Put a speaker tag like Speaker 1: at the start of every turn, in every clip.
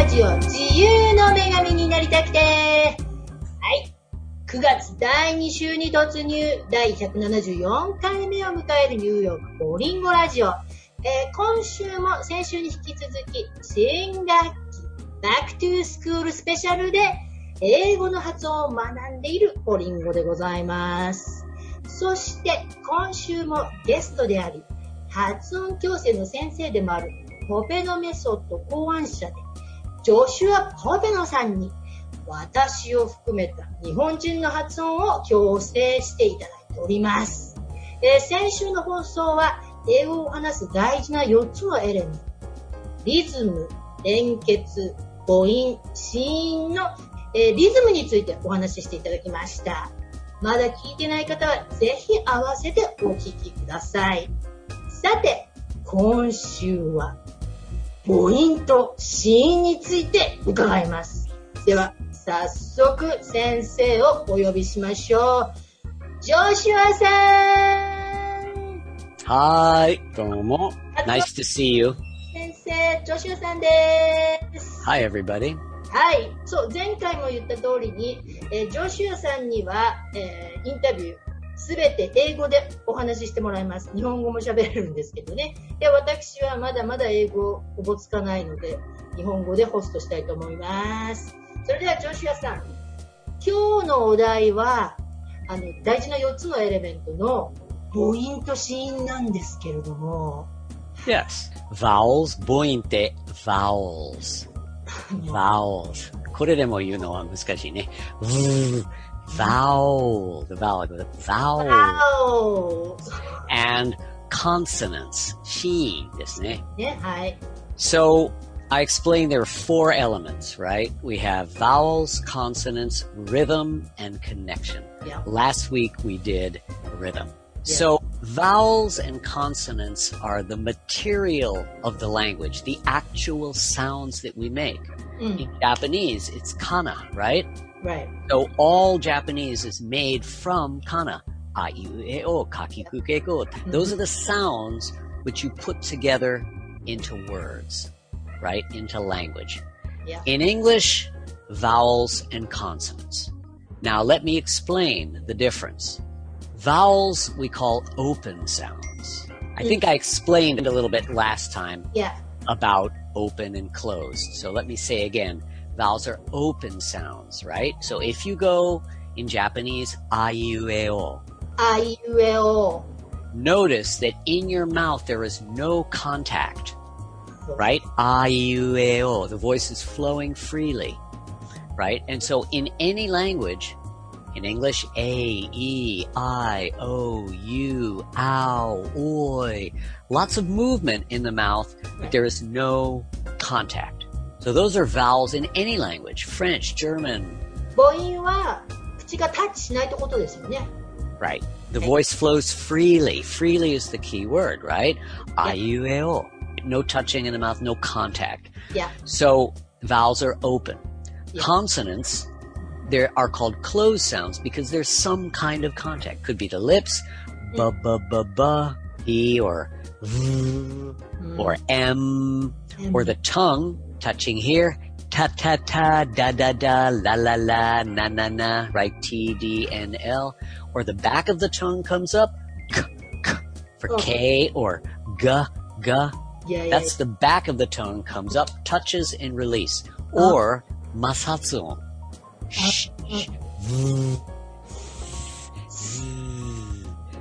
Speaker 1: 自由の女神になりたくてはい。9月第2週に突入、第174回目を迎えるニューヨークオリンゴラジオ。えー今週も先週に引き続き、新学期、バックトゥースクールスペシャルで、英語の発音を学んでいるオリンゴでございます。そして、今週もゲストであり、発音矯正の先生でもある、ポペノメソッド考案者で、ジョシュア・ポペノさんに、私を含めた日本人の発音を矯正していただいております。えー先週の放送は、英語を話す大事な4つのエレメント、リズム、連結、母音、子音の、えーリズムについてお話ししていただきました。まだ聞いてない方は、ぜひ合わせてお聞きください。さて、今週は、母音と子音について伺います。では、早速先生をお呼びしましょう。ジョシュアさん
Speaker 2: Hi, どうも。Nice to see you.
Speaker 1: 先生、ジョシュアさんです。
Speaker 2: Hi, everybody.
Speaker 1: はい、そう、前回も言った通りに、えージョシュアさんには、えーインタビュー、すべて英語でお話ししてもらいます。日本語も喋れるんですけどね。で、私はまだまだ英語おぼつかないので、日本語でホストしたいと思います。それでは、ジョシュアさん、今日のお題は、あの、大事な4つのエレメントの母音と子音なんですけれども、
Speaker 2: Yes. Vowels, 母音って vowels,
Speaker 1: あの
Speaker 2: vowels. これでも言うのは難しいね。V- vowel, the vowel, the vowel.
Speaker 1: わお
Speaker 2: And consonants, 子音ですね。
Speaker 1: ね、はい。
Speaker 2: So I explained there are four elements, right? We have vowels, consonants, rhythm, and connection.
Speaker 1: Yeah.
Speaker 2: Last week we did rhythm. So vowels and consonants are the material of the language, the actual sounds that we make.
Speaker 1: うん、
Speaker 2: In Japanese, it's kana, right?
Speaker 1: right.
Speaker 2: So all Japanese is made from kana. A, I, U, E, O, kaki, kuke, go. Those are the sounds which you put together into words, right? Into language.
Speaker 1: Yeah.
Speaker 2: In English, vowels and consonants. Now let me explain the difference. Vowels we call open sounds. I think I explained it a little bit last time
Speaker 1: Yeah.
Speaker 2: about open and closed. So let me say again, vowels are open sounds, right? So if you go in Japanese, aiueo,
Speaker 1: あいうえお。
Speaker 2: notice that in your mouth there is no contact, right? Aiueo, the voice is flowing freely, right? And so in any language, in English, A, E, I, O, U, ow, oi, lots of movement in the mouth, but there is no contact. So those are vowels in any language, French, German,
Speaker 1: 母音は口がタッチしないってことですよね。
Speaker 2: right? The voice flows freely. Freely is the key word, right? Aiueo. No touching in the mouth, no contact.
Speaker 1: いや、
Speaker 2: So vowels are open.
Speaker 1: Yeah.
Speaker 2: Consonants, there are called closed sounds because there's some kind of contact. Could be the lips, ba ba ba ba, e or v
Speaker 1: うん
Speaker 2: or m, or the tongue touching here, ta ta ta, da da da, la la la, na na na, right? T D N L, or the back of the tongue comes up, k k for
Speaker 1: Oh.
Speaker 2: k or g g.
Speaker 1: いやいや
Speaker 2: That's the back of the tongue comes up, touches, and release. Or masatsuon. Shh, shh.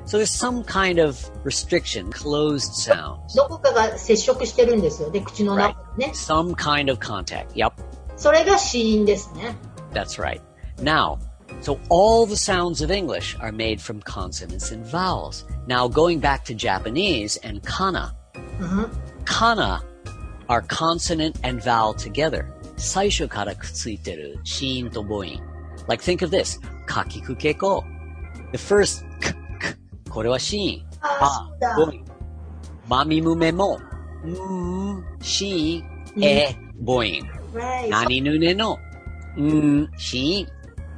Speaker 2: So there's some kind of restriction, closed sounds,
Speaker 1: どこかが接触してるんですよね、口の中にね。
Speaker 2: some kind of contact. Yep,
Speaker 1: それが子音ですね。
Speaker 2: that's right. Now, so all the sounds of English are made from consonants and vowels. Now, going back to Japanese and kana,
Speaker 1: うん、
Speaker 2: kana are consonant and vowel together. 最初からくっついてる子音と母音。Like think of this. かきくけこ。The first k, k これは子音。
Speaker 1: ああ、そうだ。
Speaker 2: あ、母音。まみむめも。うん、子音。え、母音。
Speaker 1: Right.
Speaker 2: 何ぬねの。うん、子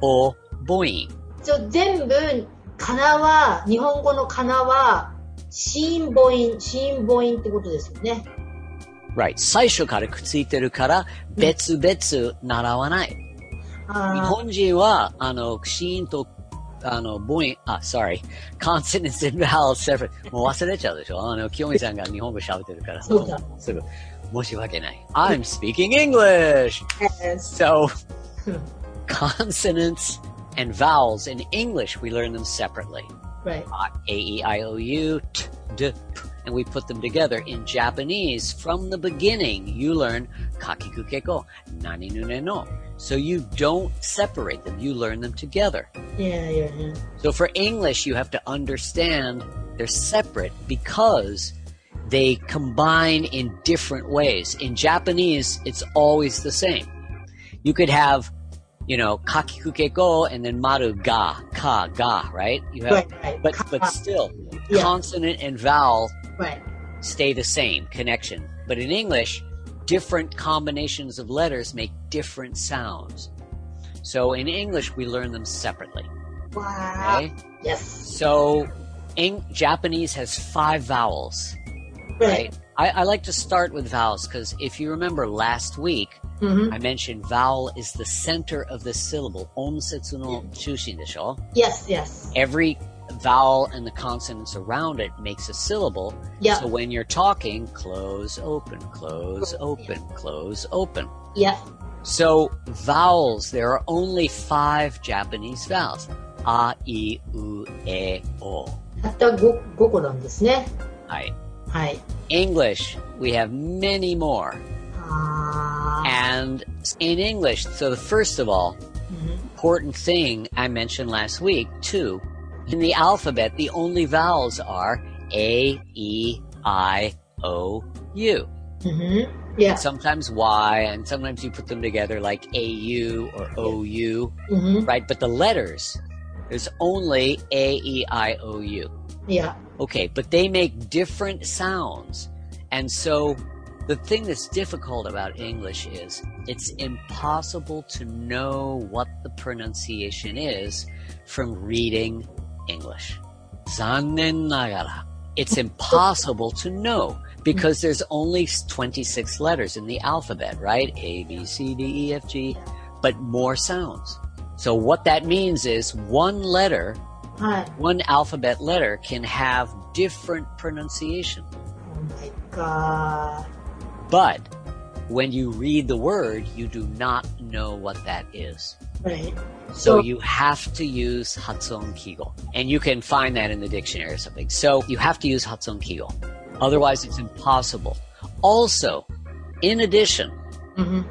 Speaker 2: 音。お、母音。
Speaker 1: そう全部、かなは、日本語のかなは、子音母音、子音母音ってことですよね。
Speaker 2: right. 最初からくっついてるから、別々習わない。日
Speaker 1: あ
Speaker 2: 本人は、あの、シーンと、あの、母音、あ、sorry, consonants and vowels separate. もう忘れちゃうでしょあの、清美さんが日本語喋ってるから、
Speaker 1: そうだ
Speaker 2: すぐ。申し訳ない。I'm speaking English!
Speaker 1: あ、yes.
Speaker 2: So, consonants and vowels in English, we learn them separately.
Speaker 1: right.
Speaker 2: Uh, A, E, I, O, U, T, D, P, and we put them together. In Japanese, from the beginning, you learn kakikukeko, nani nu ne no. So you don't separate them, you learn them together.
Speaker 1: Yeah, yeah, yeah.
Speaker 2: So for English, you have to understand they're separate because they combine in different ways. In Japanese, it's always the same. You could have, you know, kakikukeko and then maru ga, ka, ga, right? You have,
Speaker 1: Right, right.
Speaker 2: but, but still,
Speaker 1: Yeah.
Speaker 2: consonant and vowel
Speaker 1: Right.
Speaker 2: stay the same connection. But in English, different combinations of letters make different sounds. So in English, we learn them separately.
Speaker 1: Wow.
Speaker 2: Okay?
Speaker 1: Yes.
Speaker 2: So, Eng- Japanese has five vowels,
Speaker 1: Right.
Speaker 2: right? I, I like to start with vowels because if you remember last week,
Speaker 1: Mm-hmm.
Speaker 2: I mentioned vowel is the center of the syllable. Onsetsu no chushin desho.
Speaker 1: Yes, yes.
Speaker 2: Every vowel and the consonants around it makes a syllable.
Speaker 1: Yeah,
Speaker 2: So when you're talking, close, open, close, open, close, open.
Speaker 1: yeah.
Speaker 2: So vowels, there are only five Japanese vowels. A, I, U, E, O.
Speaker 1: たった 5, 5個なんですね。
Speaker 2: Right.
Speaker 1: はい。
Speaker 2: English, we have many more.
Speaker 1: あ
Speaker 2: And in English, so the first of all,
Speaker 1: ー。うん
Speaker 2: important thing I mentioned last week, too, in the alphabet, the only vowels are A, E, I, O, U.
Speaker 1: うん。Yeah.
Speaker 2: Sometimes Y, and sometimes you put them together like AU or OU,
Speaker 1: うん。
Speaker 2: right? But the letters, there's only A, E, I, O, U.
Speaker 1: Yeah.
Speaker 2: Okay, but they make different sounds. And so the thing that's difficult about English is it's impossible to know what the pronunciation is from reading English. 残念ながら. It's impossible to know because there's only 26 letters in the alphabet, right? A, B, C, D, E, F, G, but more sounds. So what that means is one letter
Speaker 1: はい。
Speaker 2: one alphabet letter can have different pronunciation.
Speaker 1: Oh my god.
Speaker 2: But when you read the word, you do not know what that is.
Speaker 1: Right.
Speaker 2: So
Speaker 1: So-
Speaker 2: you have to use Hatsun Kigo. And you can find that in the dictionary or something. So you have to use Hatsun Kigo. Otherwise, it's impossible. Also, in addition,
Speaker 1: うん。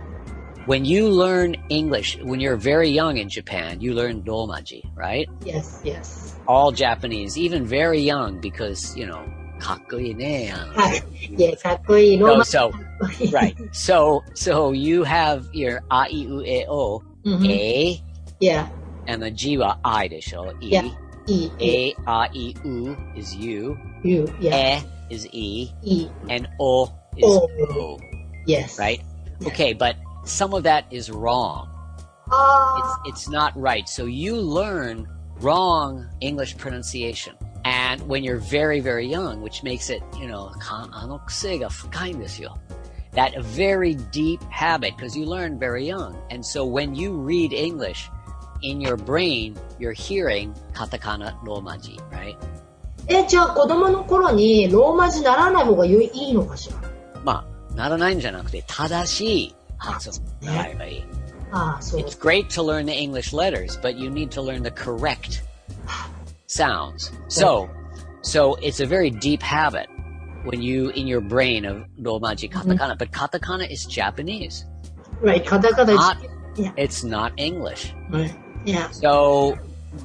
Speaker 2: when you learn English, when you're very young in Japan, you learn Domaji, right?
Speaker 1: Yes, yes.
Speaker 2: all Japanese, even very young, because, you know, かっこいいね。
Speaker 1: はい。 いや、かっこいい。ロー
Speaker 2: So,
Speaker 1: マ
Speaker 2: so, right. So, so you have your a, i, u, e, o,
Speaker 1: うん。
Speaker 2: a,
Speaker 1: Yeah.
Speaker 2: and the g wa i でしょ e,
Speaker 1: Yeah. いい。いい。
Speaker 2: a, i, e, u is you,
Speaker 1: You. Yeah.
Speaker 2: e is e,
Speaker 1: いい。
Speaker 2: and o is
Speaker 1: O.
Speaker 2: o,
Speaker 1: Yes.
Speaker 2: right? Okay, but some of that is wrong.
Speaker 1: あ
Speaker 2: it's it's not right. So you learn wrong English pronunciation. And when you're very, very young, which makes it, you know, あの癖が深いんですよ。that very deep habit, because you learn very young. And so when you read English, in your brain, you're hearing katakana romaji,
Speaker 1: ー。
Speaker 2: right?
Speaker 1: え、じゃあ子供の頃にローマ字ならない方がよいいいのかしら
Speaker 2: まあ、ならないんじゃなくて、正しい発音。はい。
Speaker 1: ああ、そう。
Speaker 2: It's great to learn the English letters, but you need to learn the correct sounds. So, so it's a very deep habit when you in your brain of romaji katakana, but katakana is Japanese.
Speaker 1: Right. カタカタ
Speaker 2: Not,
Speaker 1: いや。
Speaker 2: it's not English.
Speaker 1: Yeah.
Speaker 2: So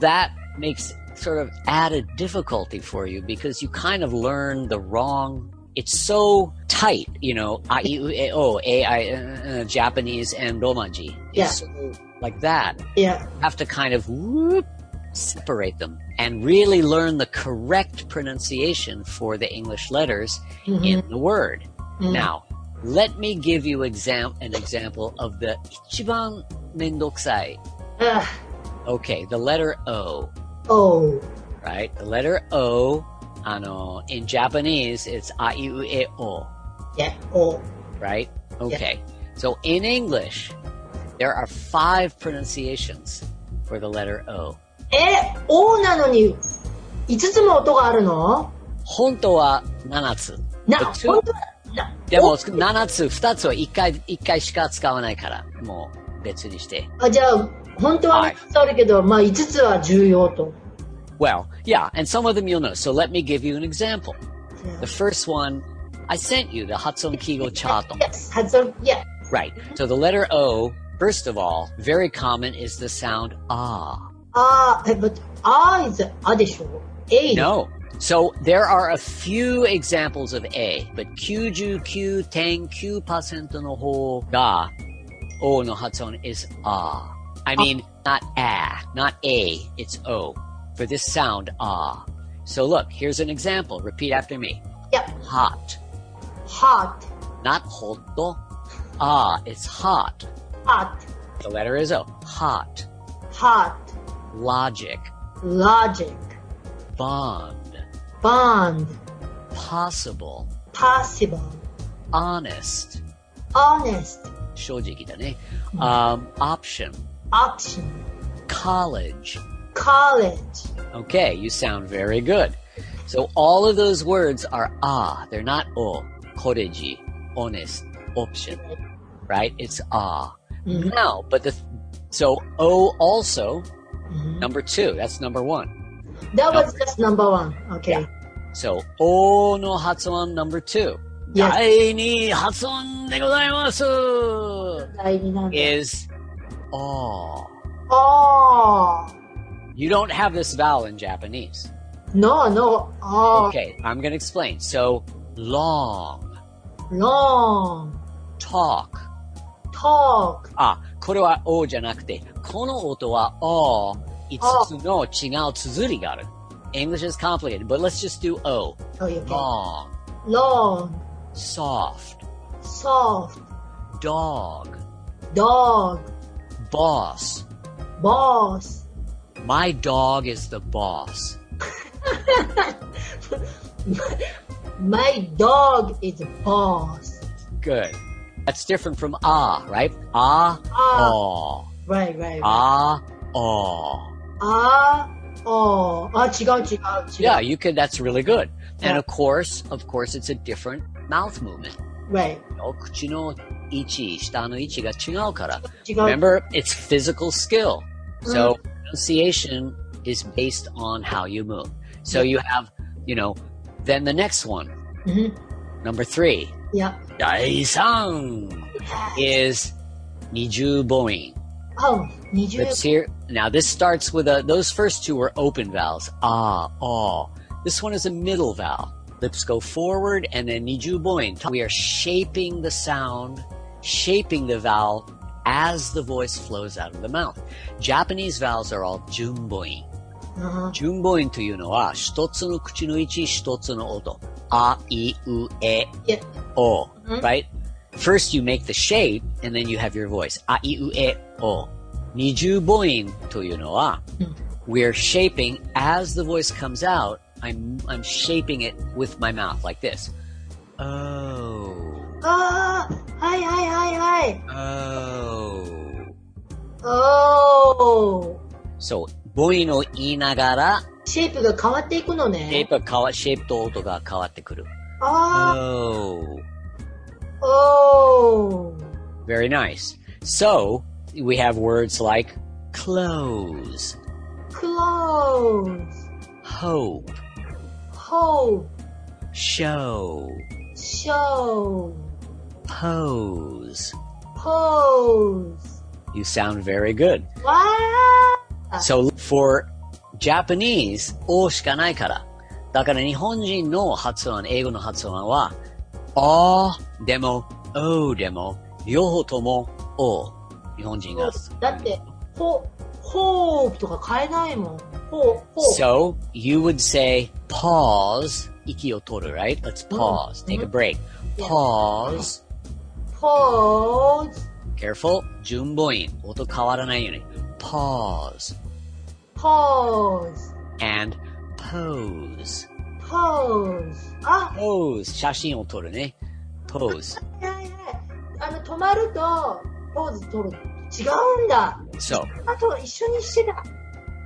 Speaker 2: that makes sort of added difficulty for you because you kind of learn the wrong. It's so tight, you know, I, U, E, O, A, I, uh, uh, Japanese and romaji.
Speaker 1: Yeah.
Speaker 2: It's so like that
Speaker 1: Yeah.
Speaker 2: have to kind of whoop, separate them and really learn the correct pronunciation for the English letters
Speaker 1: うん。
Speaker 2: in the word.
Speaker 1: うん
Speaker 2: Now, let me give you exam- an example of the ichiban mendokusai.
Speaker 1: あ
Speaker 2: Okay, the letter O,
Speaker 1: あ。Oh.
Speaker 2: right? The letter O, ano, in Japanese, it's a, i, u, e, o.
Speaker 1: Yeah. Oh.
Speaker 2: right? Okay. So in English, there are five pronunciations for the letter O.
Speaker 1: え、O なのに5つも音があるの
Speaker 2: 本当は7つ。
Speaker 1: な、
Speaker 2: But
Speaker 1: 本当は、な、
Speaker 2: でも、7つ、2つは1回、一回しか使わないから、もう別にして。
Speaker 1: あじゃあ、本当は
Speaker 2: はい
Speaker 1: ね5つあるけど、まあ5つは重要と。
Speaker 2: Well, yeah, and some of them you'll know. So let me give you an example. The first one, I sent you the Hatsun Kigo Chato.
Speaker 1: Yes, 発音、いや、
Speaker 2: Right. So the letter O, first of all, very common is the sound ah.
Speaker 1: あー、え、but, あ is あでしょ ?A で
Speaker 2: No. So there are a few examples of A, but 99.9%の方が O の発音 is ah. I mean, not ah, not A, it's O. For this sound ah. So look, here's an example. Repeat after me.
Speaker 1: Yeah.
Speaker 2: Hot.
Speaker 1: hot,
Speaker 2: Not hotto. Ah, it's hot.
Speaker 1: hot,
Speaker 2: The letter is O. Hot.
Speaker 1: hot,
Speaker 2: Logic.
Speaker 1: logic,
Speaker 2: Bond.
Speaker 1: bond,
Speaker 2: Possible.
Speaker 1: possible,
Speaker 2: Honest.
Speaker 1: honest,
Speaker 2: 正直だね。Um, option.
Speaker 1: option,
Speaker 2: College.
Speaker 1: college,
Speaker 2: Okay, you sound very good. So all of those words are ah. They're not o. Koreji. Honest. Option. Right? It's ah.
Speaker 1: Mhm.
Speaker 2: Now, but the, so o also,
Speaker 1: Mhm.
Speaker 2: number two. That's number one.
Speaker 1: That was just number one. Okay.
Speaker 2: So, o の発音 number two.
Speaker 1: Yes.
Speaker 2: 第二発音でございます
Speaker 1: 第二なんだ
Speaker 2: is ah.
Speaker 1: Oh,
Speaker 2: You don't have this vowel in Japanese.
Speaker 1: no, no, oh,
Speaker 2: Okay, I'm going to explain. So, long,
Speaker 1: long,
Speaker 2: talk.
Speaker 1: talk,
Speaker 2: あ、これは O じゃなくて、この音は O、5つの違う綴りがある。English is complicated, but let's just do O.
Speaker 1: oh, you can.
Speaker 2: Long,
Speaker 1: long,
Speaker 2: soft,
Speaker 1: soft,
Speaker 2: dog,
Speaker 1: dog,
Speaker 2: boss.
Speaker 1: boss.
Speaker 2: My dog is the boss.
Speaker 1: My dog is boss.
Speaker 2: Good. That's different from ah, right? Ah,
Speaker 1: Ah.
Speaker 2: ah,
Speaker 1: Right, right, right.
Speaker 2: ah, ah.
Speaker 1: あー、おー、あ、違う違う違う。
Speaker 2: Yeah, you could. That's really good. And
Speaker 1: Yeah.
Speaker 2: of course, of course, it's a different mouth movement.
Speaker 1: Right.
Speaker 2: 口の位置、舌の位置が違うから。
Speaker 1: 違う。
Speaker 2: Remember, it's physical skill. So pronunciation is based on how you move. So you have, you know, then the next one,
Speaker 1: うん。
Speaker 2: number three,
Speaker 1: いや。
Speaker 2: 第三 is 二重母音.
Speaker 1: あ、二重。
Speaker 2: Let's hear. Now this starts with a. Those first two were open vowels. Ah, ah. This one is a middle vowel. Lips go forward, and then niju boin. We are shaping the sound, shaping the vowel as the voice flows out of the mouth. Japanese vowels are all junboin.
Speaker 1: うん
Speaker 2: 順母音というのは、一つの口の位置、一つの音。あ、い、う、え、
Speaker 1: Yeah.
Speaker 2: お。
Speaker 1: Mhm.
Speaker 2: Right? First you make the shape, and then you have your voice. あ、い、う、え、お。二重母音というのは、
Speaker 1: うん
Speaker 2: ah. we're shaping, as the voice comes out, I'm, I'm shaping it with my mouth, like this. Oh.
Speaker 1: あー、はいはいはいはい
Speaker 2: Oh.。
Speaker 1: おー。
Speaker 2: So, 母音を言いながら、
Speaker 1: シェイプが変わっていくの
Speaker 2: シェイ
Speaker 1: ね。
Speaker 2: プが変わ、シェイプと音が変わってくる。
Speaker 1: あ
Speaker 2: Oh.
Speaker 1: ー、おー。
Speaker 2: Very nice. So we have words like close,
Speaker 1: close,
Speaker 2: hope,
Speaker 1: hope,
Speaker 2: show,
Speaker 1: show,
Speaker 2: pose.
Speaker 1: pose.
Speaker 2: You sound very good.
Speaker 1: わ
Speaker 2: So for Japanese, o しかないから。だから日本人の発音、英語の発音は、あでも、o でも、両方とも o。日本人が。
Speaker 1: ーだって、ほ、ホープとか変えないもん。ほ、ほ、
Speaker 2: So you would say pause, 息を取る right? Let's pause, take a break. Pause,
Speaker 1: pose,
Speaker 2: careful, 順母音、音変わらないように。Pause
Speaker 1: pose,
Speaker 2: and pose.
Speaker 1: pose. あ、
Speaker 2: eh? Pose, 写真を撮るね。Pose.
Speaker 1: はいはいはい。あの、止まると、ポーズ取る。違うんだ。
Speaker 2: So,
Speaker 1: あと、一緒にしてた。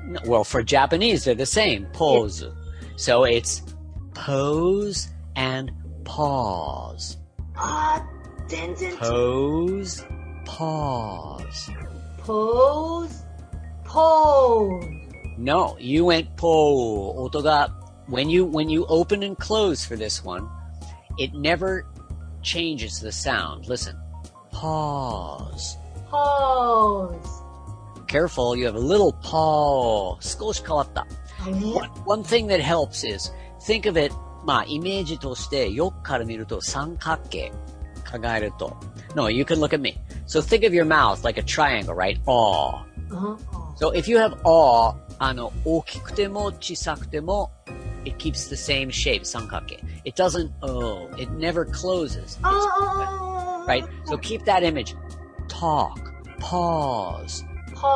Speaker 2: n- well, for Japanese, they're the same pose. So it's pose and pause.
Speaker 1: あー、全然違う。
Speaker 2: Pose, pause.
Speaker 1: ポーズ、ポーズ。
Speaker 2: No, you went po otoga. When you when you open and close for this one, it never changes the sound. Listen. Pause.
Speaker 1: ポーズ。
Speaker 2: Careful, you have a little paw. 少し変わった。
Speaker 1: あれ
Speaker 2: One, one thing that helps is think of it, まあ、イメージとして、よくから見ると三角形。考えると。No, you can look at me. So think of your mouth like a triangle, right? Aw.
Speaker 1: うんうん
Speaker 2: So if you have aw, あの、大きくても小さくても it keeps the same shape, 三角形. It doesn't, oh, it never closes.
Speaker 1: あーあーあーあー
Speaker 2: Right? So keep that image. Talk. Pause.
Speaker 1: ポ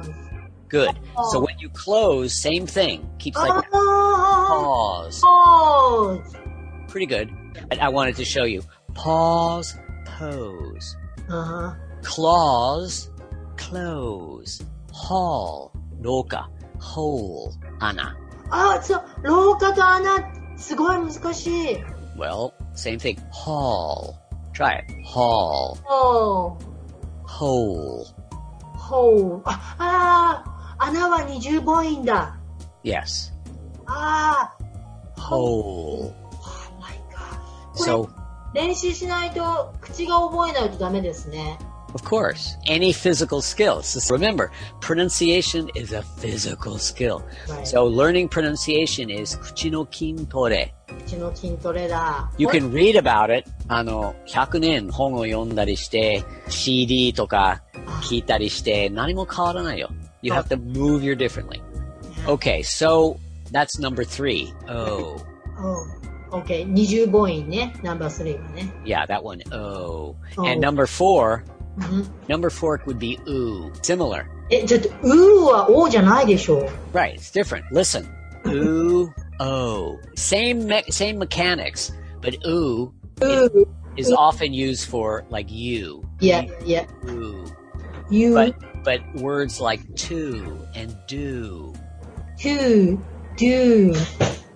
Speaker 1: ーズ。
Speaker 2: Good. So
Speaker 1: Oh.
Speaker 2: when you close, same thing. Keeps
Speaker 1: あー
Speaker 2: like that.
Speaker 1: あー
Speaker 2: Pause.
Speaker 1: ポーズ。
Speaker 2: pretty good. I, I wanted to show you. Pause, pose.
Speaker 1: あ
Speaker 2: Claws, close. Hall, roka. Hole, ana.
Speaker 1: ーあー、そう、廊下と穴、すごい難しい。
Speaker 2: Well, same thing. Hall. Try it. Hall,
Speaker 1: ほ
Speaker 2: hole.
Speaker 1: う、ほう。あ、あー、穴は二重母音だ。
Speaker 2: Yes.
Speaker 1: あー、
Speaker 2: Hole.
Speaker 1: Oh my god.
Speaker 2: So,
Speaker 1: 練習しないと、口が覚えないとダメですね。
Speaker 2: of course, any physical skill. S- Remember, pronunciation is a physical skill.
Speaker 1: はい
Speaker 2: So learning pronunciation is kuchi no kintore.
Speaker 1: 口の筋トレだ。
Speaker 2: You
Speaker 1: これ
Speaker 2: can read about it. あの、100年本を読んだりして、CD とか聞いたりして、何も変わらないよ。You have to move your differently. Okay, so that's number three. Oh,
Speaker 1: うん。OK。二重母音ね。ナンバースリーはね。
Speaker 2: yeah, that one. Oh.
Speaker 1: Oh.
Speaker 2: And number four,
Speaker 1: うん、
Speaker 2: number four would be ooh. Similar.
Speaker 1: え、ちょっと、うーはおじゃないでしょう。
Speaker 2: Right, it's different. Listen. Ooh, oh. Same, me- same mechanics, but ooh
Speaker 1: うー。
Speaker 2: is often used for like you.
Speaker 1: いや、いや、
Speaker 2: Ooh.
Speaker 1: ゆう
Speaker 2: But、but words like to and do.
Speaker 1: とゥー、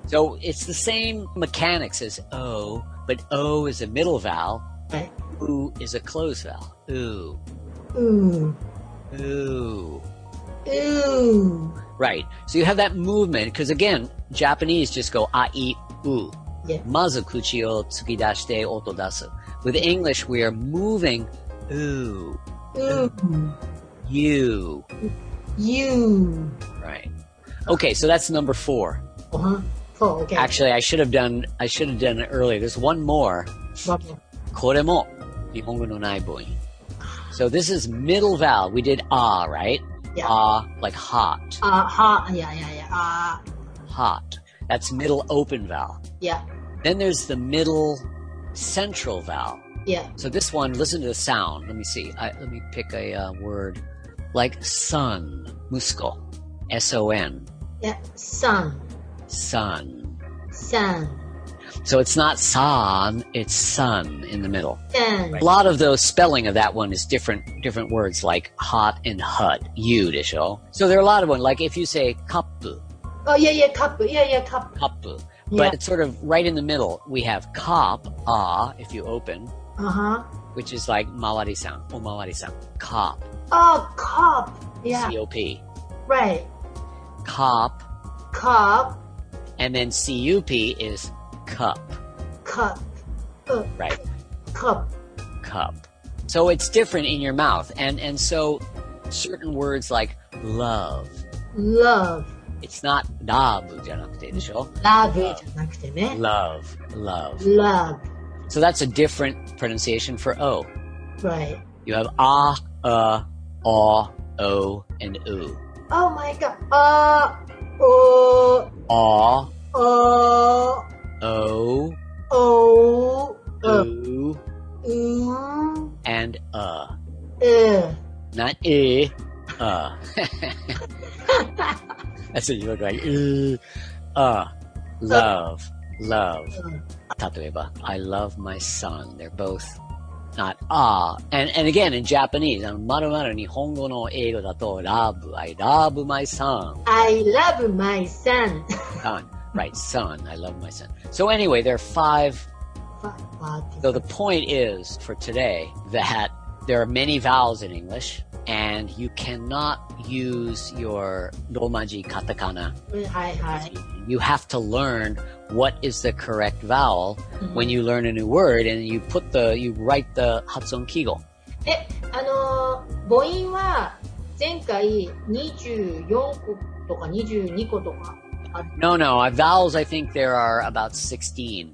Speaker 2: So it's the same mechanics as o, but o is a middle vowel,
Speaker 1: はい。
Speaker 2: oo is a close vowel. Ooh,
Speaker 1: うー、
Speaker 2: ooh.
Speaker 1: うー。
Speaker 2: Right. So you have that movement because again, Japanese just go a i u.
Speaker 1: Yeah.
Speaker 2: Mazu kuchi o tsukidashite oto dasu. With English, we are moving ooh,
Speaker 1: うー、
Speaker 2: you.
Speaker 1: ゆう。
Speaker 2: Right. Okay, so that's number four.
Speaker 1: あ、そう、OK。
Speaker 2: Actually, I should have done. I should have done it earlier. There's one more.
Speaker 1: わかる
Speaker 2: これも日本語のない母音. So this is middle vowel. We did ah, right?
Speaker 1: Yeah.
Speaker 2: Ah, like hot,
Speaker 1: あ、は、いやいやいや、あ、
Speaker 2: hot. That's middle open vowel.
Speaker 1: いや、
Speaker 2: Then there's the middle central vowel.
Speaker 1: いや、
Speaker 2: So this one, listen to the sound. Let me see. I, let me pick a uh, word like sun, musco, S-O-N,
Speaker 1: いや、さん、
Speaker 2: sun.
Speaker 1: さん、
Speaker 2: So it's not san, it's sun in the middle.
Speaker 1: さん
Speaker 2: A。lot of the spelling of that one is different different words like hot and hut, you de show. So there are a lot of one like if you say kapu,
Speaker 1: あ、いやいや、カップ、いやいや、カップ。
Speaker 2: kapu,
Speaker 1: Yeah.
Speaker 2: but it's sort of right in the middle. We have kop, ah, if you open,
Speaker 1: あは。
Speaker 2: which is like mawari sound, omawari sound, kop,
Speaker 1: あ、カップ。いや
Speaker 2: C、O P,
Speaker 1: right。
Speaker 2: kop,
Speaker 1: カ
Speaker 2: and then C U P is cup,
Speaker 1: ップ、カップ。うん
Speaker 2: right?
Speaker 1: カップ。
Speaker 2: Cup. So it's different in your mouth, and and so certain words like love,
Speaker 1: love,
Speaker 2: it's not dabu じゃなくてでしょ?
Speaker 1: love じゃなくてね。
Speaker 2: Love, love.
Speaker 1: love,
Speaker 2: So that's a different pronunciation for O.
Speaker 1: right.
Speaker 2: You have ah, uh, aw, o, and oo.
Speaker 1: Oh my god. あー、おー、
Speaker 2: Aw,
Speaker 1: お
Speaker 2: o,
Speaker 1: ー、おー、うん、
Speaker 2: oo,
Speaker 1: うーん、
Speaker 2: and uh.
Speaker 1: えー
Speaker 2: Not e, uh. that's what you look like. Uh, uh. Love, love. 例えば, I love my son. They're both not ah. And, and again, in Japanese, あの、まるまる日本語の英語だと love, I love my son.
Speaker 1: I love my son.
Speaker 2: Son. Right, son. I love my son. So anyway, there are five So the point is for today that there are many vowels in English and you cannot use your romaji katakana.
Speaker 1: うんはいはい。
Speaker 2: You have to learn what is the correct vowel when you learn a new word and you put the you write the hatsun kigo.
Speaker 1: え、あのー母音は前回24個とか22個とかある。
Speaker 2: No, no, uh, vowels I think there are about 16.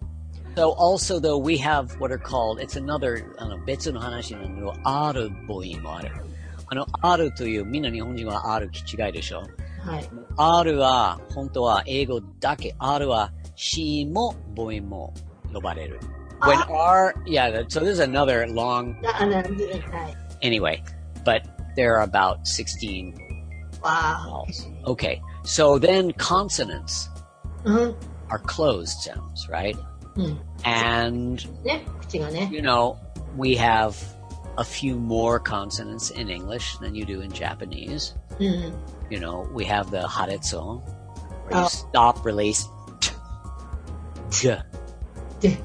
Speaker 2: So also though we have what are called it's another あの別の話なのある母音もある。あの、あるという、みんな日本人はある気違いでしょ。
Speaker 1: はい。
Speaker 2: R は、本当は英語だけ。R は C も母音も呼ばれる。When
Speaker 1: Ah.
Speaker 2: R, yeah, that- so this is another long,
Speaker 1: なあなはい。
Speaker 2: anyway, but there are about 16
Speaker 1: わ
Speaker 2: vowels. Okay, so then consonants
Speaker 1: ーうん。
Speaker 2: are closed sounds, right?
Speaker 1: うん。
Speaker 2: And,
Speaker 1: ね、口がね。
Speaker 2: you know, we have a few more consonants in English than you do in Japanese.
Speaker 1: うん。
Speaker 2: You know, we have the haretsu, where
Speaker 1: Oh.
Speaker 2: you stop, release, t, j,
Speaker 1: で、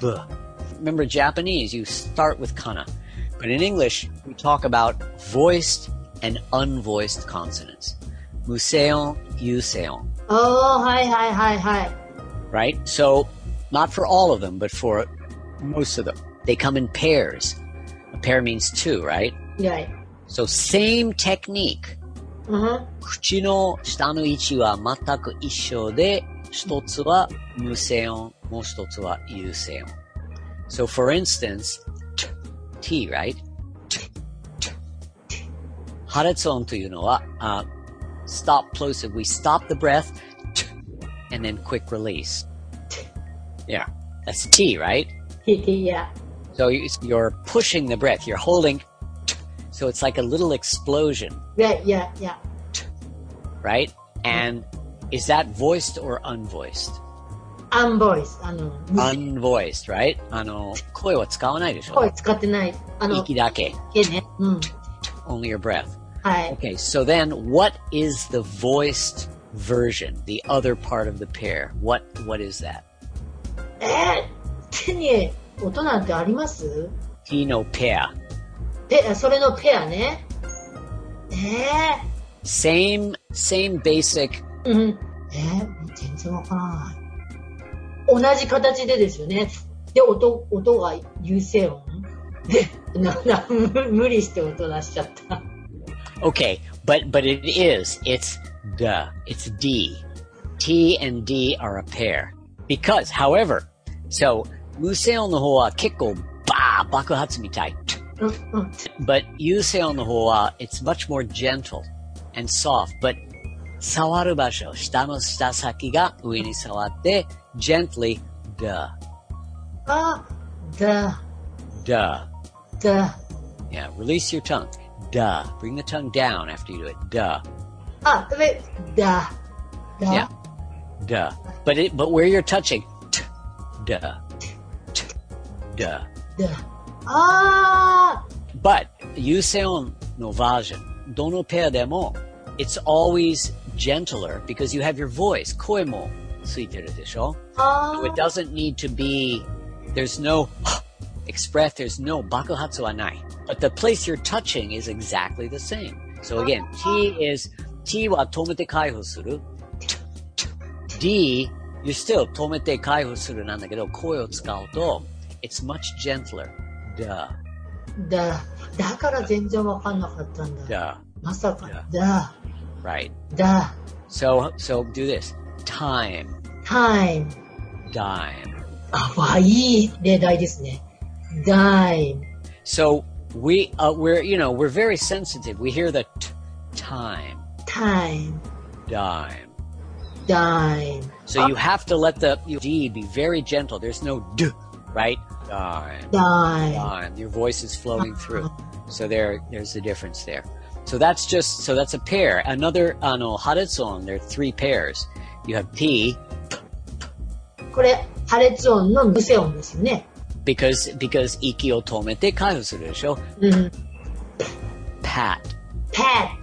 Speaker 2: Buh. Remember Japanese, you start with kana. But in English, we talk about voiced and unvoiced consonants. Museon, yuseon,
Speaker 1: あーはいはいはいはい。
Speaker 2: right? So, not for all of them, but for most of them. They come in pairs. A pair means two, right?
Speaker 1: いやい。
Speaker 2: So, same technique.
Speaker 1: うんは
Speaker 2: 口の下の位置は全く一緒で、一つは無声音、もう一つは有声音。So for instance, t, t, right? t, t, t. 破裂音というのは、あ stop plosive. We stop the breath, t, and then quick release. Yeah, that's t, right?
Speaker 1: 聞いていや。
Speaker 2: So you- you're pushing the breath, you're holding, t. so it's like a little explosion.
Speaker 1: いやいやいや。
Speaker 2: right? And is that voiced or unvoiced?
Speaker 1: アンボイス。あの、無
Speaker 2: Unvoiced, right? あの、声は使わないでしょ
Speaker 1: 声使ってない。あの、
Speaker 2: 息だけ。
Speaker 1: けね。うん。
Speaker 2: Only your breath.
Speaker 1: はい。
Speaker 2: Okay, so then what is the voiced version? The other part of the pair. What, what is that?
Speaker 1: えー、手に音なんてあります
Speaker 2: T のペア。
Speaker 1: ペそれのペアね。え
Speaker 2: Same, same basic.
Speaker 1: ー、うん。えー、もう全然わからない。同じ形でですよね。で、音、音が優勢音で、な、な、無無理して音出しちゃった。
Speaker 2: Okay, but, but it is. It's the. It's D. T and D are a pair. Because, however, so, 無声音の方は結構バー爆発みたい。
Speaker 1: うん、うん。
Speaker 2: But Yuseon Hua, it's much more gentle and soft. But 触る場所,下の下先が上に触って, gently, duh,
Speaker 1: あ、だ、
Speaker 2: duh.
Speaker 1: だ。
Speaker 2: Yeah, release your tongue. Duh. Bring the tongue down after you do it. Duh,
Speaker 1: あ、え、だ、だ。
Speaker 2: Yeah. duh. But it, but where you're touching, t, duh, t, duh.
Speaker 1: だ。あ
Speaker 2: But Yuseon no version, dono pair demo, it's always gentler because you have your voice, koi mo, ついてるでしょ?
Speaker 1: ー、あ
Speaker 2: So it
Speaker 1: ー、
Speaker 2: doesn't need to be, there's no express, there's no bakuhatsu anai. But the place you're touching is exactly the same. So again, T is, T wa tomete kaihu suru. D, you're still tomete kaihu suru nandakedo, koi o tsukau to, it's much gentler. Duh,
Speaker 1: だ。だから全然わかんなかったんだ。
Speaker 2: duh,
Speaker 1: まさか
Speaker 2: だ、
Speaker 1: だ、
Speaker 2: right?
Speaker 1: だ、
Speaker 2: So, so do this. Time,
Speaker 1: タイム。
Speaker 2: dime.
Speaker 1: あ、わあ、いい例題ですね。ダイム。
Speaker 2: So we, uh, we're, you know, we're very sensitive. We hear the t, time,
Speaker 1: タイム。
Speaker 2: dime.
Speaker 1: ダイム。
Speaker 2: So you have to let the D be very gentle. There's no D, right? Dime,
Speaker 1: ダ
Speaker 2: dime. Your voice is
Speaker 1: イ
Speaker 2: flowing
Speaker 1: ム。
Speaker 2: through. So there, there's the difference there. So that's just, so that's a pair. Another, uh, no, haretson, there are three pairs. You have P,
Speaker 1: これ、破裂音の無声音ですよね。
Speaker 2: because, because 息を止めて会話するでしょ
Speaker 1: うん。
Speaker 2: pat.
Speaker 1: pat.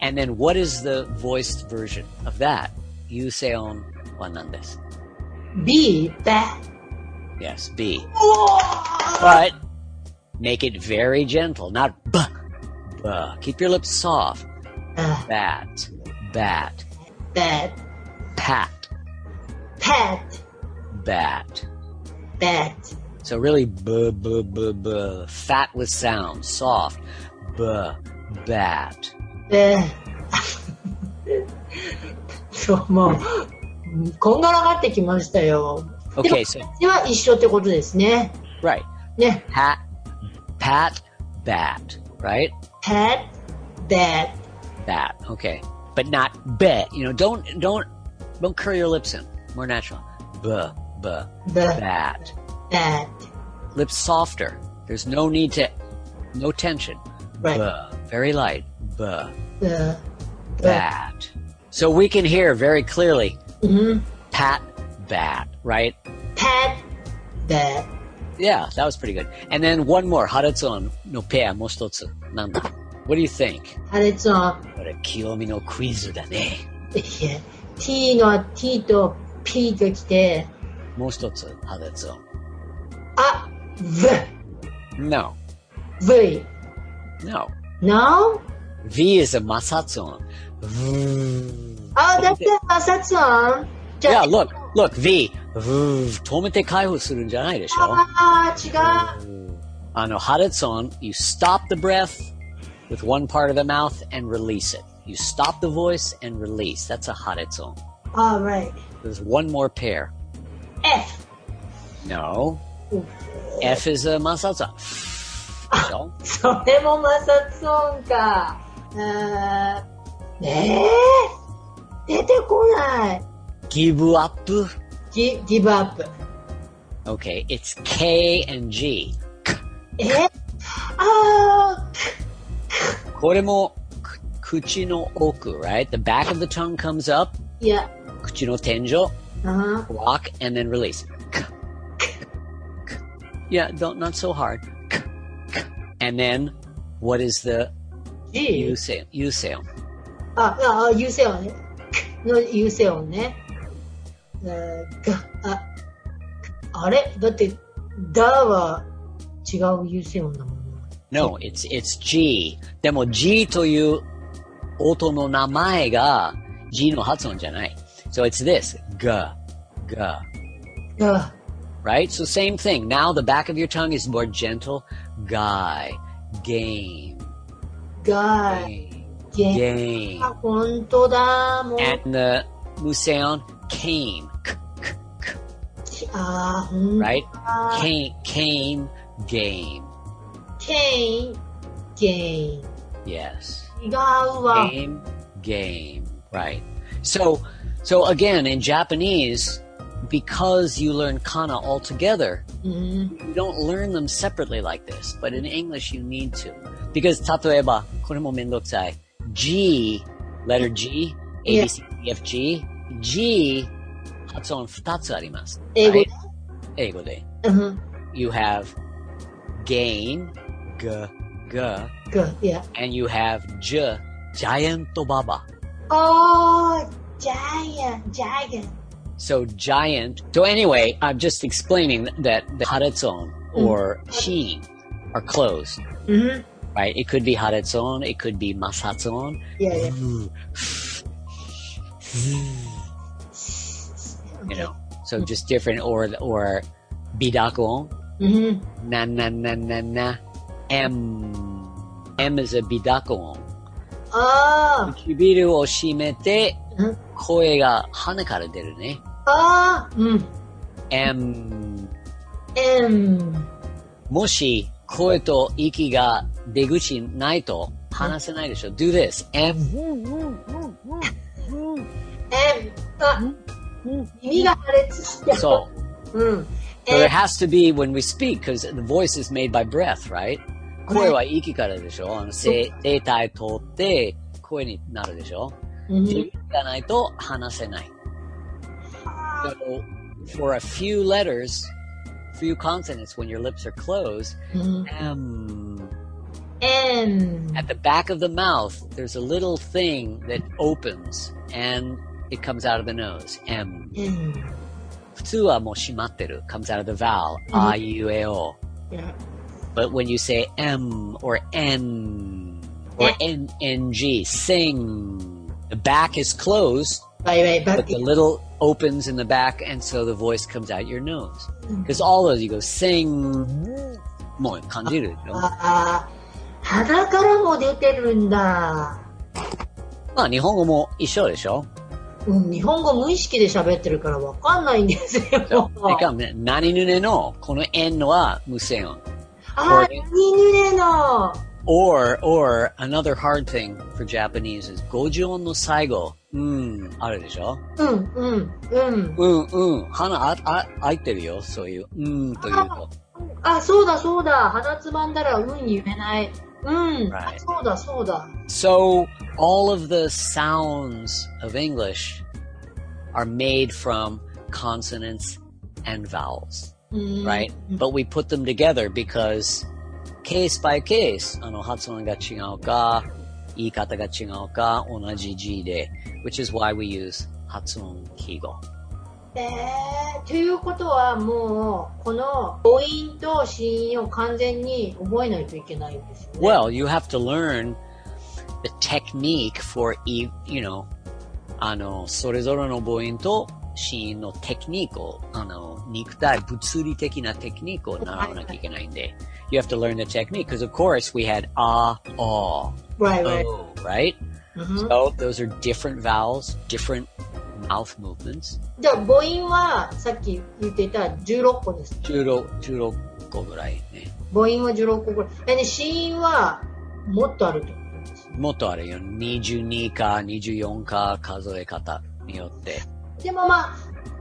Speaker 2: And then what is the voiced version of that? You say on one nandes.
Speaker 1: be, bat.
Speaker 2: Yes, B.
Speaker 1: お
Speaker 2: But make it very gentle, not b. b. Keep your lips soft.
Speaker 1: あ、
Speaker 2: Bat, bat,
Speaker 1: bat,
Speaker 2: pat,
Speaker 1: pat,
Speaker 2: bat.
Speaker 1: bat.
Speaker 2: So really, b, b, b, b, fat with sound, soft, b, bat.
Speaker 1: で、そう、もう、こんがらがってきましたよ。
Speaker 2: Okay, so
Speaker 1: では一緒ってことですね。
Speaker 2: right,
Speaker 1: ね、
Speaker 2: pat, pat, bat, right,
Speaker 1: pat, bat,
Speaker 2: bat. Okay, but not bet. You know, don't don't don't curl your lips in. More natural. B, b,
Speaker 1: bat,
Speaker 2: bat.
Speaker 1: bat,
Speaker 2: Lips softer. There's no need to, no tension. B,
Speaker 1: right,
Speaker 2: very light. B,
Speaker 1: the, the,
Speaker 2: bat. So we can hear very clearly.
Speaker 1: うん、
Speaker 2: Pat, bat. Right.
Speaker 1: pat, bat.
Speaker 2: Yeah, that was pretty good. And then one more. Haratsu no pea moshitotsu. Nanda. What do you think?
Speaker 1: 破裂音。
Speaker 2: What a kiyomi no quiz だね。
Speaker 1: いえ t の t と p が来て、
Speaker 2: もう一つ、haratsu.
Speaker 1: あ、
Speaker 2: No,
Speaker 1: v, v,
Speaker 2: no.
Speaker 1: no?
Speaker 2: V is a masatsu. V.
Speaker 1: あ、だって摩擦音じ
Speaker 2: Yeah,
Speaker 1: ゃ
Speaker 2: look, look, V. V. 止めて解放するんじゃないでしょ
Speaker 1: あ、あー違う。
Speaker 2: あの、haratsu, you stop the breath with one part of the mouth and release it. You stop the voice and release. That's a haratsu.
Speaker 1: All right.
Speaker 2: There's one more pair.
Speaker 1: F.
Speaker 2: No. F is a masatsu. So,
Speaker 1: それも摩擦音か。あーねえ出てこない。
Speaker 2: give up.
Speaker 1: ギギブアップ。
Speaker 2: Okay, it's K and G.
Speaker 1: えあー
Speaker 2: これもく口の奥、right? The back of the tongue comes up,
Speaker 1: いや、
Speaker 2: 口の天井、
Speaker 1: あ
Speaker 2: rock, and then release. Yeah, don't, not so hard. And then, what is the
Speaker 1: ー G?
Speaker 2: you say? You say.
Speaker 1: あ、あ、あ、優勢音ね。の優勢音ね。えーが、あ、あれだって、だは違う優勢音だもんな。
Speaker 2: No, it's, it's G. でも G という音の名前が G の発音じゃない。So it's this. G, G,
Speaker 1: が、
Speaker 2: right? So same thing. Now the back of your tongue is more gentle. Guy, game,
Speaker 1: が、
Speaker 2: game,
Speaker 1: げ、
Speaker 2: game.
Speaker 1: あ、ほんとだ、もう。
Speaker 2: And the museon came, k, k, k,
Speaker 1: あー、ほんと
Speaker 2: right?
Speaker 1: だ。
Speaker 2: Came, came, game.
Speaker 1: ケイン、ゲイン。
Speaker 2: Yes.
Speaker 1: 違うわ。
Speaker 2: Game, game. Right. So, so again, in Japanese, because you learn kana altogether,
Speaker 1: うん、
Speaker 2: you don't learn them separately like this, but in English you need to. Because tatoeba, koremo mendokusai, G, letter G, A, B, C, D, E, F, G, G, hatsuon futatsu arimasu.
Speaker 1: 英語で
Speaker 2: right? Eigo de.
Speaker 1: うん、
Speaker 2: You have game, g, g,
Speaker 1: が、いや。
Speaker 2: and you have j, giant baba.
Speaker 1: おー、ジャイアン、ジャイアン。
Speaker 2: So giant. So anyway, I'm just explaining that the haratson or sheen are closed.
Speaker 1: うん、
Speaker 2: right? It could be haratson, it could be masatson.
Speaker 1: いやいや。
Speaker 2: You know, so just different or or bidakon,
Speaker 1: うん、
Speaker 2: na na na na na, m m is a bidakon.
Speaker 1: あー、
Speaker 2: 唇を閉めて
Speaker 1: うん
Speaker 2: 声が鼻から出るね。
Speaker 1: あー、うん。
Speaker 2: m
Speaker 1: えん、
Speaker 2: もし声と息が出口ないと話せないでしょ。Do this. m
Speaker 1: えん、あ、耳が破裂してる。
Speaker 2: そう。
Speaker 1: うん。
Speaker 2: So there
Speaker 1: え
Speaker 2: has to be when we speak because the voice is made by breath, right? 声は息からでしょあの声声帯通って声になるでしょ
Speaker 1: ん、
Speaker 2: 息がないと話せない。So, for a few letters, few consonants when your lips are closed.
Speaker 1: うん。
Speaker 2: M.
Speaker 1: and,
Speaker 2: At the back of the mouth, there's a little thing that opens and it comes out of the nose. M.
Speaker 1: and,
Speaker 2: 普通はもう閉まってる comes out of the vowel.
Speaker 1: うん
Speaker 2: I, U, A, O.
Speaker 1: yeah.
Speaker 2: But when you say M or N or N, N, G, sing, the back is closed,
Speaker 1: バイバイ、バッ
Speaker 2: but
Speaker 1: テ
Speaker 2: the
Speaker 1: ィ。
Speaker 2: little opens in the back, and so the voice comes out your nose. Because all those, you go sing, もう感じるでしょ
Speaker 1: ああ、鼻からも出てるんだ。
Speaker 2: Ah, まあ、日本語も一緒でしょ
Speaker 1: うん、日本語無意識で喋ってるからわかんないんですよ。
Speaker 2: それからね、何々の、この円は無声音。
Speaker 1: あ、犬ねの。
Speaker 2: Or, or, another hard thing for Japanese is Mm, 五十音の最後、うん、あるでしょ
Speaker 1: うん、うん、うん。
Speaker 2: うんうん。鼻あ、あ、開いてるよ。そういう、うんというと。
Speaker 1: あ、そうだそうだ。鼻つまんだらうん言えない。うん。
Speaker 2: Right.
Speaker 1: あそうだそうだ。
Speaker 2: So, all of the sounds of English are made from consonants and vowels,
Speaker 1: うん。
Speaker 2: right?
Speaker 1: うん
Speaker 2: But we put them together because case by case, あの、発音が違うか、言い方が違うか、同じ G で、which is why we use 発音記号。
Speaker 1: えー、ということはもう、この母音と子音を完全に覚えないといけないんですよね。
Speaker 2: Well, you have to learn the technique for e, you know, あの、それぞれの母音と子音のテクニックを、あの、肉体、物理的なテクニックを習わなきゃいけないんで、you have to learn the technique, because of course we had ah, ah,
Speaker 1: right, right.
Speaker 2: oh, right?
Speaker 1: うん
Speaker 2: So those are different vowels, different mouth movements.
Speaker 1: じゃあ母音はさっき言っていた16個です。
Speaker 2: 16、16個ぐらいね。
Speaker 1: 母音は16個ぐらい。え、で、子音はもっとあるってことです。
Speaker 2: もっとあるよ。22か24か数え方によって。
Speaker 1: でもまあ、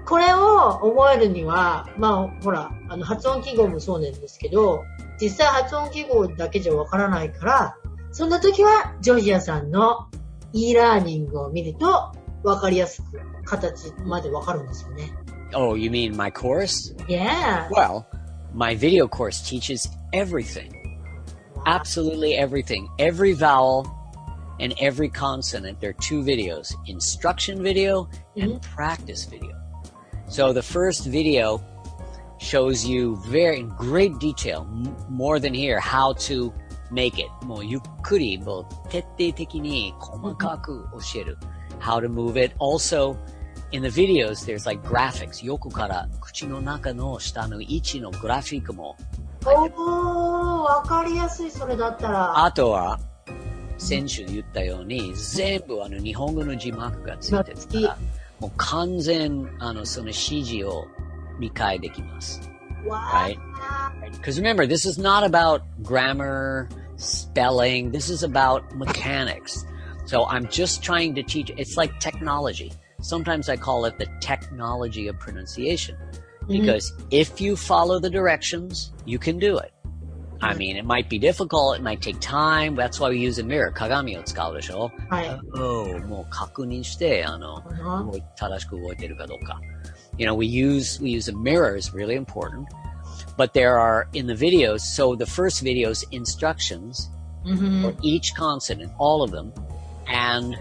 Speaker 1: これを覚えるには、まあ、ほら、あの、発音記号もそうなんですけど、実際発音記号だけじゃわからないから、そんな時は、ジョージアさんの e ラーニングを見ると、わかりやすく、形までわかるんですよね。
Speaker 2: Oh, you mean my course?
Speaker 1: Yeah!
Speaker 2: Well, my video course teaches everything. Absolutely everything. Every vowel and every consonant. There are two videos instruction video and practice video. So the first video shows you very in great detail, m- more than here, how to make it. もうゆっくり、もう徹底的に細かく教える。How to move it. Also, in the videos, there's like graphics. 横から口の中の下の位置のグラフィックも。
Speaker 1: おー、わかりやすい、それだったら。
Speaker 2: あとは、先週言ったように、全部あの日本語の字幕がついてるから、もう完全、あの、その指示を理解できます。
Speaker 1: わー。
Speaker 2: Because remember, this is not about grammar, spelling, this is about mechanics. So I'm just trying to teach, it's like technology. Sometimes I call it the technology of pronunciation.
Speaker 1: Mm-hmm.
Speaker 2: Because if you follow the directions, you can do it. I mean, it might be difficult, it might take time, that's why we use a mirror, kagami を使うでしょ
Speaker 1: はい。
Speaker 2: Oh, もう確認して、あの、
Speaker 1: かな
Speaker 2: 動い正しく動いてるかどうか。You know, we use, we use a mirror is really important. But there are in the videos, so the first video's instructions
Speaker 1: うんう
Speaker 2: for
Speaker 1: ん
Speaker 2: each consonant, all of them, and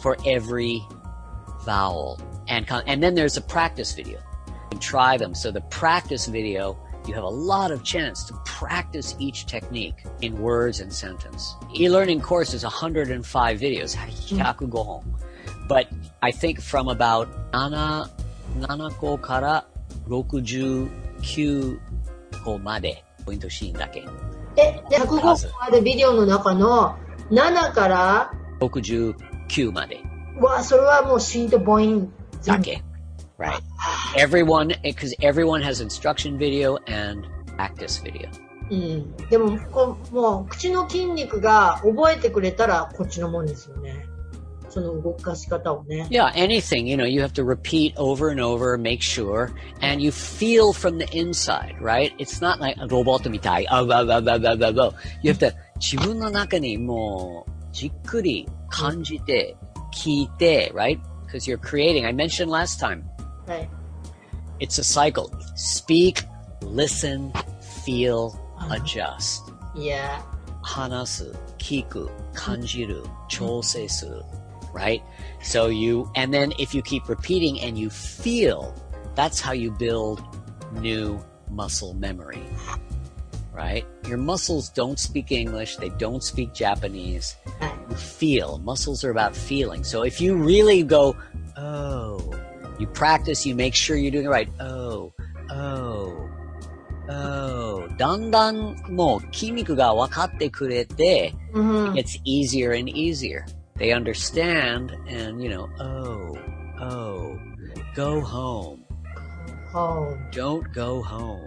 Speaker 2: for every vowel. And, con- and then there's a practice video. And try them. So the practice video, you have a lot of chance to practice each technique in words and sentence. E-learning course is 105 videos, 105本. But I think from about 7, 7個から69個まで、ポイントシーンだけ。
Speaker 1: え、で105個あるビデオの中の7から、
Speaker 2: 69まで。
Speaker 1: わ、それはもうシーンと母音全部
Speaker 2: Zake. Right. Everyone, because everyone has instruction video and practice video.
Speaker 1: うん。でもこう、もう口の筋肉が覚えてくれたらこっちのもんですよね。その動かし方をね。
Speaker 2: Yeah, anything, you know, you have to repeat over and over, make sure, and you feel from the inside, right? It's not like a robot mitai, ah, blah, blah, blah, blah, blah, blah. You have to, 自分の中にもうじっくり感じて、聞いて, right? Because you're creating. I mentioned last time,
Speaker 1: はい。
Speaker 2: It's a cycle. Speak, listen, feel, adjust.
Speaker 1: いや、
Speaker 2: hanasu, kiku, kanjiru, chōseisu, right? So you, and then if you keep repeating and you feel, that's how you build new muscle memory, right? Your muscles don't speak English, they don't speak Japanese.
Speaker 1: はい。
Speaker 2: You feel. Muscles are about feeling. So if you really go, oh, you practice, you make sure you're doing it right. Oh, oh, oh. だんだんもう筋肉が分かってくれて、
Speaker 1: うん。
Speaker 2: it's easier and easier. They understand and, you know, oh, oh, go home.
Speaker 1: ほ
Speaker 2: Don't go home.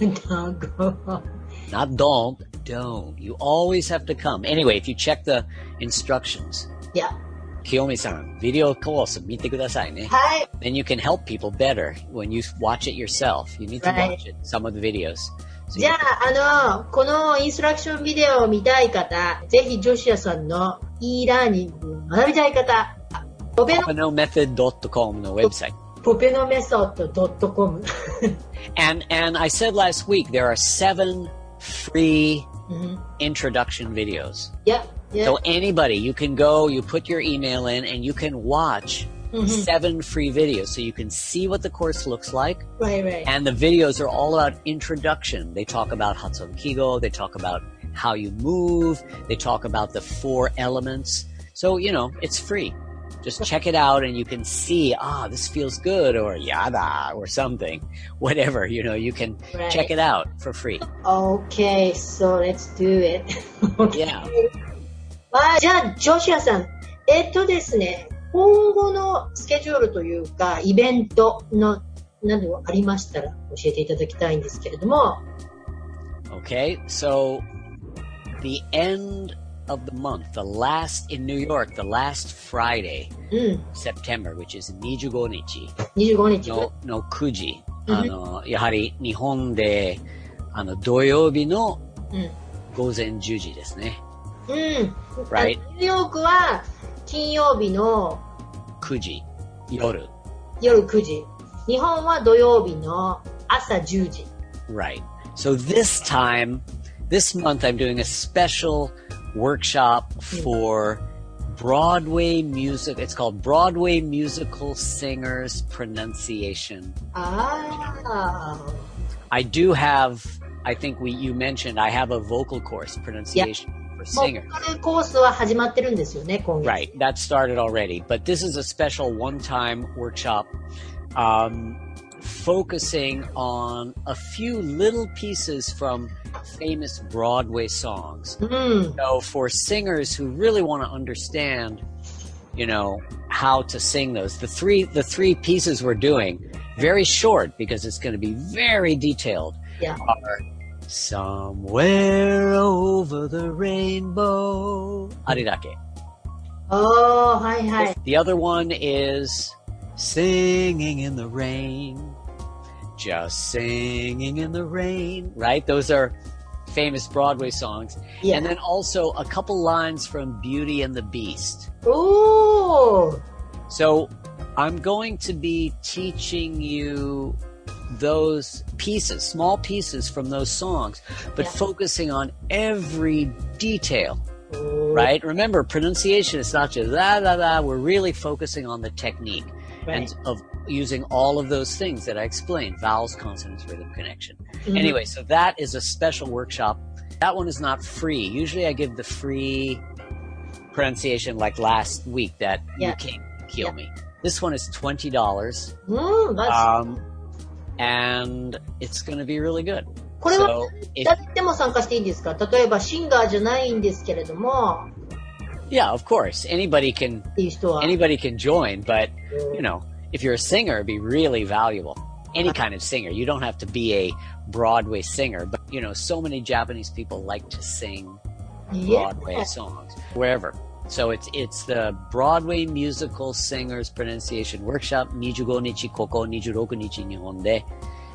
Speaker 1: う。なんか
Speaker 2: Not don't, don't. You always have to come. Anyway, if you check the instructions,
Speaker 1: いや、
Speaker 2: Kiyomi-san, video course, 見てくださいね。
Speaker 1: はい。
Speaker 2: Then you can help people better when you watch it yourself. You need to
Speaker 1: Right.
Speaker 2: watch it, some of the videos. So
Speaker 1: じゃ
Speaker 2: you-
Speaker 1: あ、あの、このインストラクションビデオを見たい方、ぜひジョシアさんの e ラーニングを学びたい方、あポペの、
Speaker 2: PompanoMethod.com の website.
Speaker 1: ポペノメソッド .com。
Speaker 2: And, and I said last week, there are seven free
Speaker 1: うん。
Speaker 2: introduction videos.
Speaker 1: いや、いや
Speaker 2: So、anybody, you can go, you put your email in, and you can watch
Speaker 1: Mhm.
Speaker 2: seven free videos. So you can see what the course looks like.
Speaker 1: right, right.
Speaker 2: And the videos are all about introduction. They talk about Hatsun Kigo. They talk about how you move. They talk about the four elements. So, you know, it's free. Just check it out and you can see, ah, this feels good or yada or something. Whatever, you know, you can
Speaker 1: Right.
Speaker 2: check it out for free.
Speaker 1: Okay, so let's do it. okay.
Speaker 2: Yeah.
Speaker 1: まあ、じゃあ、ジョシアさん。えっとですね、今後のスケジュールというか、イベントの、などありましたら教えていただきたいんですけれども、
Speaker 2: Okay. So the end of the month, the last in New York, the last Friday,
Speaker 1: うん、
Speaker 2: September, which is Nijugo Nichi.
Speaker 1: 25日。
Speaker 2: の、の9時、
Speaker 1: うん
Speaker 2: あの、やはり日本で、あの、土曜日の
Speaker 1: うん。
Speaker 2: 午前10時ですね。
Speaker 1: うん。
Speaker 2: Right.
Speaker 1: あのニューヨークは金曜日の
Speaker 2: 9時、夜。
Speaker 1: 夜9時。日本は土曜日の朝10時。
Speaker 2: Right. So this time, this month, I'm doing a special workshop for Broadway music. It's called Broadway Musical Singers Pronunciation.
Speaker 1: ああ。
Speaker 2: I do have, I think we, you mentioned, I have a vocal course, pronunciation for
Speaker 1: もう
Speaker 2: singers.
Speaker 1: これコースは始まってるんですよね、今月。
Speaker 2: Right, that started already, but this is a special one-time workshop um, focusing on a few little pieces from famous Broadway songs.
Speaker 1: うん。
Speaker 2: So for singers who really want to understand, you know, how to sing those, the three the three pieces we're doing, very short because it's going to be very detailed.
Speaker 1: Yeah.
Speaker 2: Are somewhere over the rainbow. Arirake.
Speaker 1: ああ、はいはい。
Speaker 2: The other one is singing in the rain. Just singing in the rain, right? Those are famous Broadway songs.
Speaker 1: Yeah.
Speaker 2: And then also a couple lines from Beauty and the Beast.
Speaker 1: おー。
Speaker 2: So I'm going to be teaching you those pieces, small pieces from those songs, but
Speaker 1: Yeah.
Speaker 2: focusing on every detail
Speaker 1: Right.
Speaker 2: right? Remember, pronunciation is not just da da da. We're really focusing on the technique
Speaker 1: Right.
Speaker 2: and of using all of those things that I explained: vowels, consonants, rhythm, connection.
Speaker 1: Mhm.
Speaker 2: Anyway, so that is a special workshop. That one is not free. Usually, I give the free pronunciation, like last week that
Speaker 1: Yeah.
Speaker 2: you came, Kiyomi. This one is twenty dollars,
Speaker 1: うん、まあ、
Speaker 2: um, and it's going to be really good.
Speaker 1: これは
Speaker 2: so if
Speaker 1: 誰でも参加していいんですか例えばシンガーじゃないんですけれども、
Speaker 2: yeah, of course, anybody can
Speaker 1: っていう人は。
Speaker 2: anybody can join, but
Speaker 1: Mm.
Speaker 2: you know, if you're a singer, it'd be really valuable. Any
Speaker 1: Uh-huh.
Speaker 2: kind of singer. You don't have to be a Broadway singer, but you know, so many Japanese people like to sing Broadway
Speaker 1: Yeah.
Speaker 2: songs wherever. So it's it's the Broadway musical singers pronunciation workshop 25日ここ26日日本で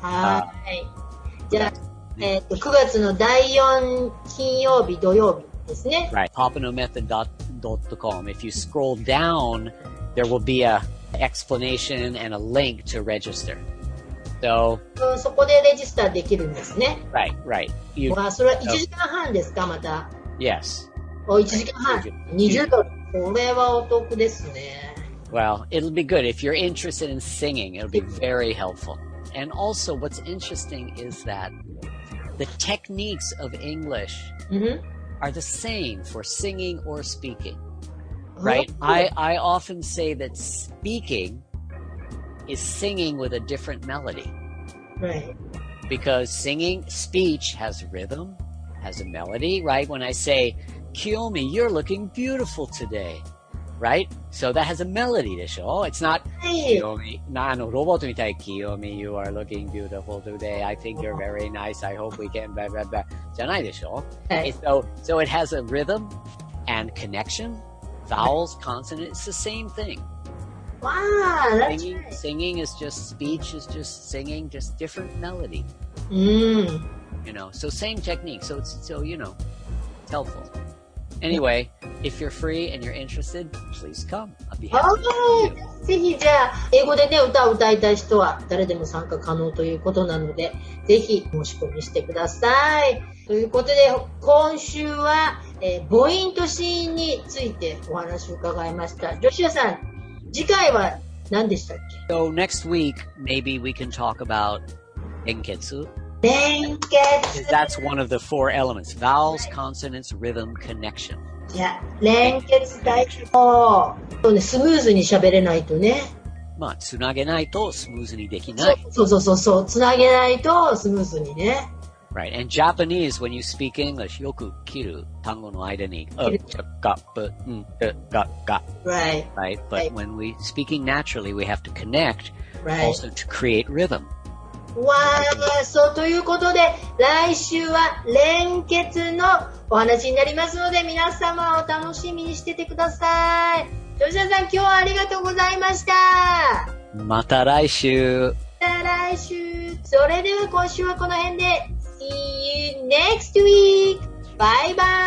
Speaker 1: はい。じゃあ、えっ、と、9月の第4金曜日、土曜日ですね。
Speaker 2: right papanomethod.com if you scroll down there will be a explanation and a link to register So,
Speaker 1: うん、そこでレジスターできるんですね。
Speaker 2: right, right. You,
Speaker 1: わあ、それは1時間半ですか、また。
Speaker 2: yes.
Speaker 1: お、1時間半。20ドル。これはお得ですね。
Speaker 2: Well, it'll be good. If you're interested in singing, it'll be very helpful. And also, what's interesting is that the techniques of English
Speaker 1: うん。
Speaker 2: are the same for singing or speaking,
Speaker 1: Oh.
Speaker 2: right? I, I often say that speaking is singing with a different melody
Speaker 1: うん right.
Speaker 2: because singing, speech has rhythm, has a melody, right? When I say, Kiyomi, you're looking beautiful today, right? So that has a melody to show. It's not,
Speaker 1: はい。
Speaker 2: Kiyomi, なあの、ロボットみたい、Kiyomi, you are looking beautiful today. I think you're very nice. I hope we can, blah, blah, blah. じゃないでしょ
Speaker 1: はい。
Speaker 2: so, so it has a rhythm and connection. Vowels, consonant, it's the same thing.
Speaker 1: わあ、that's
Speaker 2: Singing,
Speaker 1: right.
Speaker 2: singing is just speech, is just singing, just different melody,
Speaker 1: うん。
Speaker 2: you know. So same technique. So it's, so, you know, it's helpful. Anyway, if you're free and you're interested, please come. I'll be happy. to see you.
Speaker 1: ぜひじゃあ、英語でね、歌を歌いたい人は誰でも参加可能ということなので、ぜひ申し込みしてください。ということで、今週は、えー母音と子音についてお話を伺いました。ジョシアさん、次回は何でしたっ
Speaker 2: So next week, maybe we can talk about Enketsu.
Speaker 1: け連
Speaker 2: because
Speaker 1: 結。
Speaker 2: that's one of the four elements vowels consonants rhythm connection
Speaker 1: いや、連結大事。そうね、スムーズに喋れないとね。
Speaker 2: まあつなげないとスムーズにでき
Speaker 1: そ
Speaker 2: な
Speaker 1: う
Speaker 2: い
Speaker 1: そうそうそうそう、つなげないとスムーズにね。
Speaker 2: right and Japanese when you speak English よく切る単語の間に
Speaker 1: 切る
Speaker 2: うちゃがぶんうがが
Speaker 1: Right,
Speaker 2: right
Speaker 1: Right.
Speaker 2: but when we speaking naturally we have to connect
Speaker 1: right.
Speaker 2: also to create rhythm
Speaker 1: わー、そう、ということで、来週は連結のお話になりますので、皆様お楽しみにしててください。吉田さん、今日はありがとうございました。
Speaker 2: また来週
Speaker 1: また来週。それでは今週はこの辺で、See you next week! バイバイ